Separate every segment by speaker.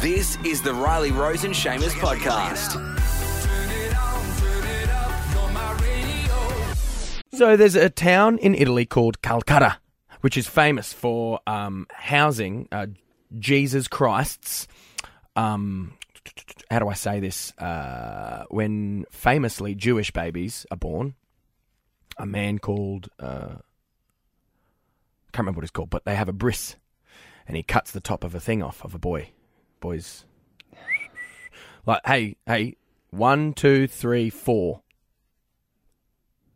Speaker 1: This is the Riley Rose and Shamers podcast.
Speaker 2: So there's a town in Italy called Calcutta, which is famous for um, housing uh, Jesus Christ's. Um, how do I say this? Uh, when famously Jewish babies are born, a man called uh, can't remember what he's called, but they have a bris, and he cuts the top of a thing off of a boy, boys. Like, hey, hey, one, two, three, four.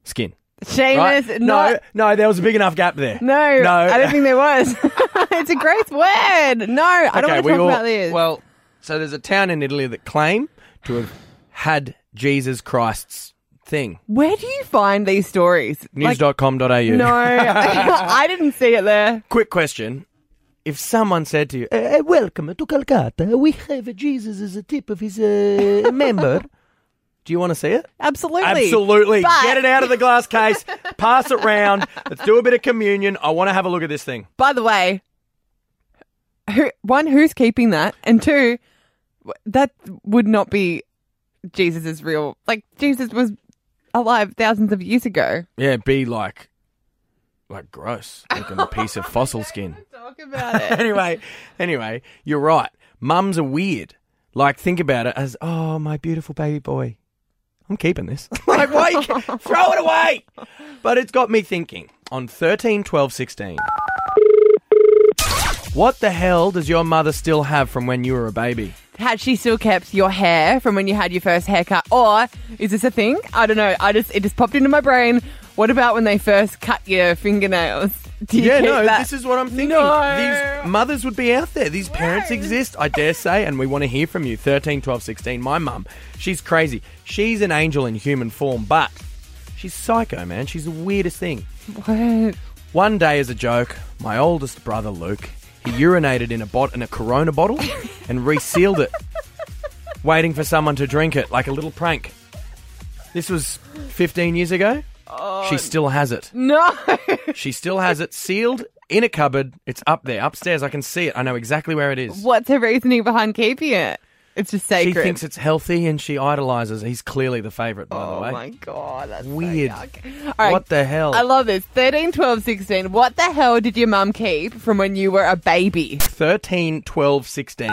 Speaker 2: Skin.
Speaker 3: Seamus,
Speaker 2: Right?
Speaker 3: not.
Speaker 2: No, no, there was a big enough gap there.
Speaker 3: No,
Speaker 2: no.
Speaker 3: I don't think there was. it's a great word. No, I don't want to
Speaker 2: we
Speaker 3: talk
Speaker 2: all-
Speaker 3: about this.
Speaker 2: Well, so there's a town in Italy that claim to have had Jesus Christ's thing.
Speaker 3: Where do you find these stories? Like,
Speaker 2: News.com.au.
Speaker 3: no, I didn't see it there.
Speaker 2: Quick question. If someone said to you, "Eh, eh, Welcome to Calcutta, we have Jesus as a tip of his uh, member, do you want to see it?
Speaker 3: Absolutely.
Speaker 2: Absolutely.
Speaker 3: But-
Speaker 2: Get it out of the glass case, pass it round, let's do a bit of communion. I want to have a look at this thing.
Speaker 3: By the way, who, one, who's keeping that? And two, w- that would not be Jesus' real. Like, Jesus was alive thousands of years ago.
Speaker 2: Yeah, be like, like gross, like a piece of fossil skin.
Speaker 3: Talk about it.
Speaker 2: anyway, anyway, you're right. Mums are weird. Like, think about it as, oh, my beautiful baby boy. I'm keeping this. like, why? You ke- throw it away. But it's got me thinking. On 13, 12, 16. What the hell does your mother still have from when you were a baby?
Speaker 3: had she still kept your hair from when you had your first haircut or is this a thing i don't know i just it just popped into my brain what about when they first cut your fingernails do you
Speaker 2: yeah,
Speaker 3: keep
Speaker 2: no,
Speaker 3: that?
Speaker 2: this is what I'm thinking.
Speaker 3: No.
Speaker 2: These mothers would be out there. These parents exist, I dare say, and we want to hear from you. 13, 12, 16. My mum, she's crazy. She's an angel in human form, but she's psycho, man. She's the weirdest thing.
Speaker 3: What?
Speaker 2: One day, as a joke, my oldest brother Luke, he urinated in a bot in a Corona bottle and resealed it, waiting for someone to drink it like a little prank. This was 15 years ago.
Speaker 3: Oh.
Speaker 2: she still has it.
Speaker 3: no
Speaker 2: She still has it sealed in a cupboard. It's up there, upstairs. I can see it. I know exactly where it is.
Speaker 3: what's her reasoning behind keeping it it's just
Speaker 2: She
Speaker 3: sacred
Speaker 2: thinks it's healthy and she idolizes. He's clearly the favourite, by
Speaker 3: oh
Speaker 2: the way.
Speaker 3: my god that's so
Speaker 2: Weird.
Speaker 3: yuck. All right,
Speaker 2: What the hell?
Speaker 3: I love this. 13, 12, 16. What the hell did your mum keep from when you were a baby?
Speaker 2: 13, 12, 16.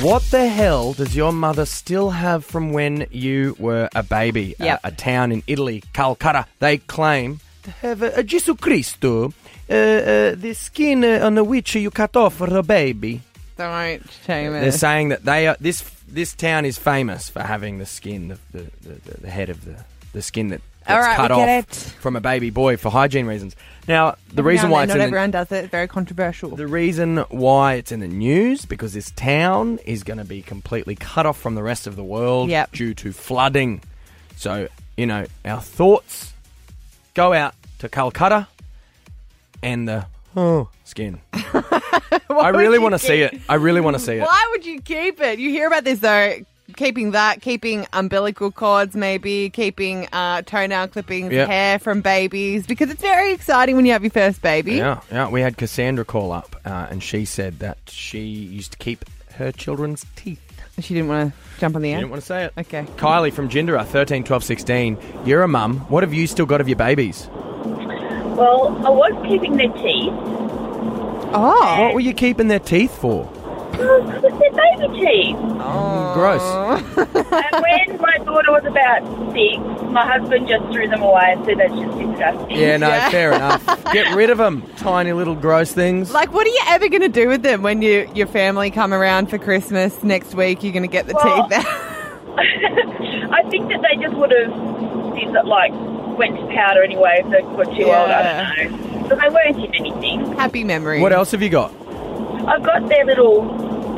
Speaker 2: What the hell does your mother still have from when you were a baby? uh,
Speaker 3: Yep.
Speaker 2: A, a town in Italy, Calcutta. They claim to have a, a Gesù Cristo, uh, uh, the skin uh, on which you cut off for a baby.
Speaker 3: Don't shame
Speaker 2: They're
Speaker 3: it.
Speaker 2: saying that they are this this town is famous for having the skin, the the, the, the head of the the skin that.
Speaker 3: All
Speaker 2: that's
Speaker 3: right,
Speaker 2: cut
Speaker 3: we get
Speaker 2: off
Speaker 3: it.
Speaker 2: from a baby boy for hygiene reasons. Now, the reason why it's
Speaker 3: not
Speaker 2: in the,
Speaker 3: everyone does it. Very controversial.
Speaker 2: the reason why it's in the news because this town is going to be completely cut off from the rest of the world
Speaker 3: Yep.
Speaker 2: due to flooding. So, you know, our thoughts go out to Calcutta and the oh, skin. I really want to see it. I really want to see it.
Speaker 3: Why would you keep it? You hear about this though. Keeping that, keeping umbilical cords, maybe keeping uh, toenail clippings,
Speaker 2: Yep.
Speaker 3: hair from babies, because it's very exciting when you have your first baby.
Speaker 2: Yeah, yeah. We had Cassandra call up, uh, and she said that she used to keep her children's teeth.
Speaker 3: She didn't want to jump on the
Speaker 2: You
Speaker 3: air.
Speaker 2: didn't want to say it.
Speaker 3: Okay.
Speaker 2: Kylie from Gindera, 13, 12, 16. You're a mum. What have you still got of your babies?
Speaker 4: Well, I was keeping their teeth
Speaker 3: Oh,
Speaker 2: What were you keeping their teeth for?
Speaker 4: because they're baby teeth.
Speaker 3: Oh.
Speaker 2: Gross.
Speaker 4: and when my daughter was about six, my husband just threw them away and said that's just disgusting.
Speaker 2: Yeah, no,
Speaker 3: Yeah.
Speaker 2: fair enough. Get rid of them, tiny little gross things.
Speaker 3: like what are you ever going to do with them when you your family come around for Christmas next week? You're going to get the
Speaker 4: Well-
Speaker 3: teeth out.
Speaker 4: I think that they just would have things that like went to powder anyway if they were too old. I don't know. But they weren't in anything.
Speaker 3: Happy memory.
Speaker 2: What else have you got?
Speaker 4: I've got their little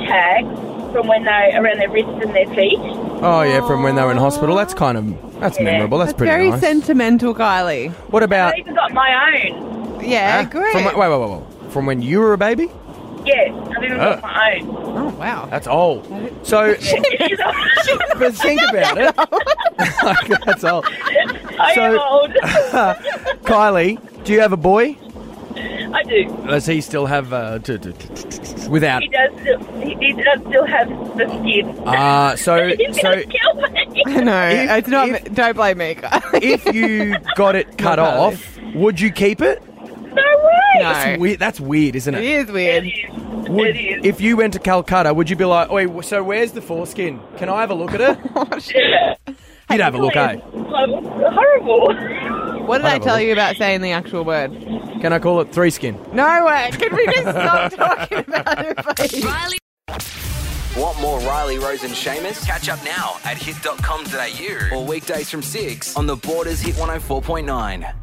Speaker 4: tags from when they around their wrists and their feet.
Speaker 2: Oh yeah, from when they were in hospital. That's kind of that's
Speaker 4: Yeah.
Speaker 2: memorable. That's,
Speaker 3: That's
Speaker 2: pretty
Speaker 3: very
Speaker 2: nice.
Speaker 3: sentimental, Kylie.
Speaker 2: what about?
Speaker 4: I've even got my own.
Speaker 3: Yeah,
Speaker 2: huh?
Speaker 3: great.
Speaker 2: From, wait, wait, wait, wait. From when you were a baby?
Speaker 4: Yeah, I've even
Speaker 2: Oh.
Speaker 4: got my own.
Speaker 3: oh wow.
Speaker 2: That's old. So, but think about it. Like, that's old.
Speaker 4: I am
Speaker 2: So-
Speaker 4: old.
Speaker 2: Kylie, do you have a boy?
Speaker 4: I do.
Speaker 2: Does he still have uh, t- t- t- t- t- without?
Speaker 4: He does. Still, he, he does still have the skin.
Speaker 2: Ah, so-
Speaker 4: He's gonna
Speaker 2: so-
Speaker 4: kill me.
Speaker 3: I know.
Speaker 2: If-
Speaker 3: it's not.
Speaker 2: if-
Speaker 3: don't blame me.
Speaker 2: If you got it cut
Speaker 3: Not valid.
Speaker 2: off, would you keep it?
Speaker 4: No way.
Speaker 3: No.
Speaker 2: That's weird. That's weird, isn't
Speaker 3: it
Speaker 2: it?
Speaker 3: is
Speaker 4: It
Speaker 3: weird.
Speaker 4: is.
Speaker 2: Would,
Speaker 4: it is.
Speaker 2: if you went to Calcutta, would you be like, "Oi, so where's the foreskin? Can I have a look at it?"
Speaker 4: yeah.
Speaker 2: You'd have a look, eh?
Speaker 4: It's horrible.
Speaker 3: What did
Speaker 2: I
Speaker 3: I
Speaker 2: don't
Speaker 3: tell
Speaker 2: know.
Speaker 3: you about saying the actual word?
Speaker 2: Can I call it three skin?
Speaker 3: No way. Can we just stop talking about it, please?
Speaker 5: Riley,
Speaker 1: Want more Riley, Rose, and Seamus? Catch up oh now at hit.com.au or weekdays from 6 on the Borders Hit 104.9.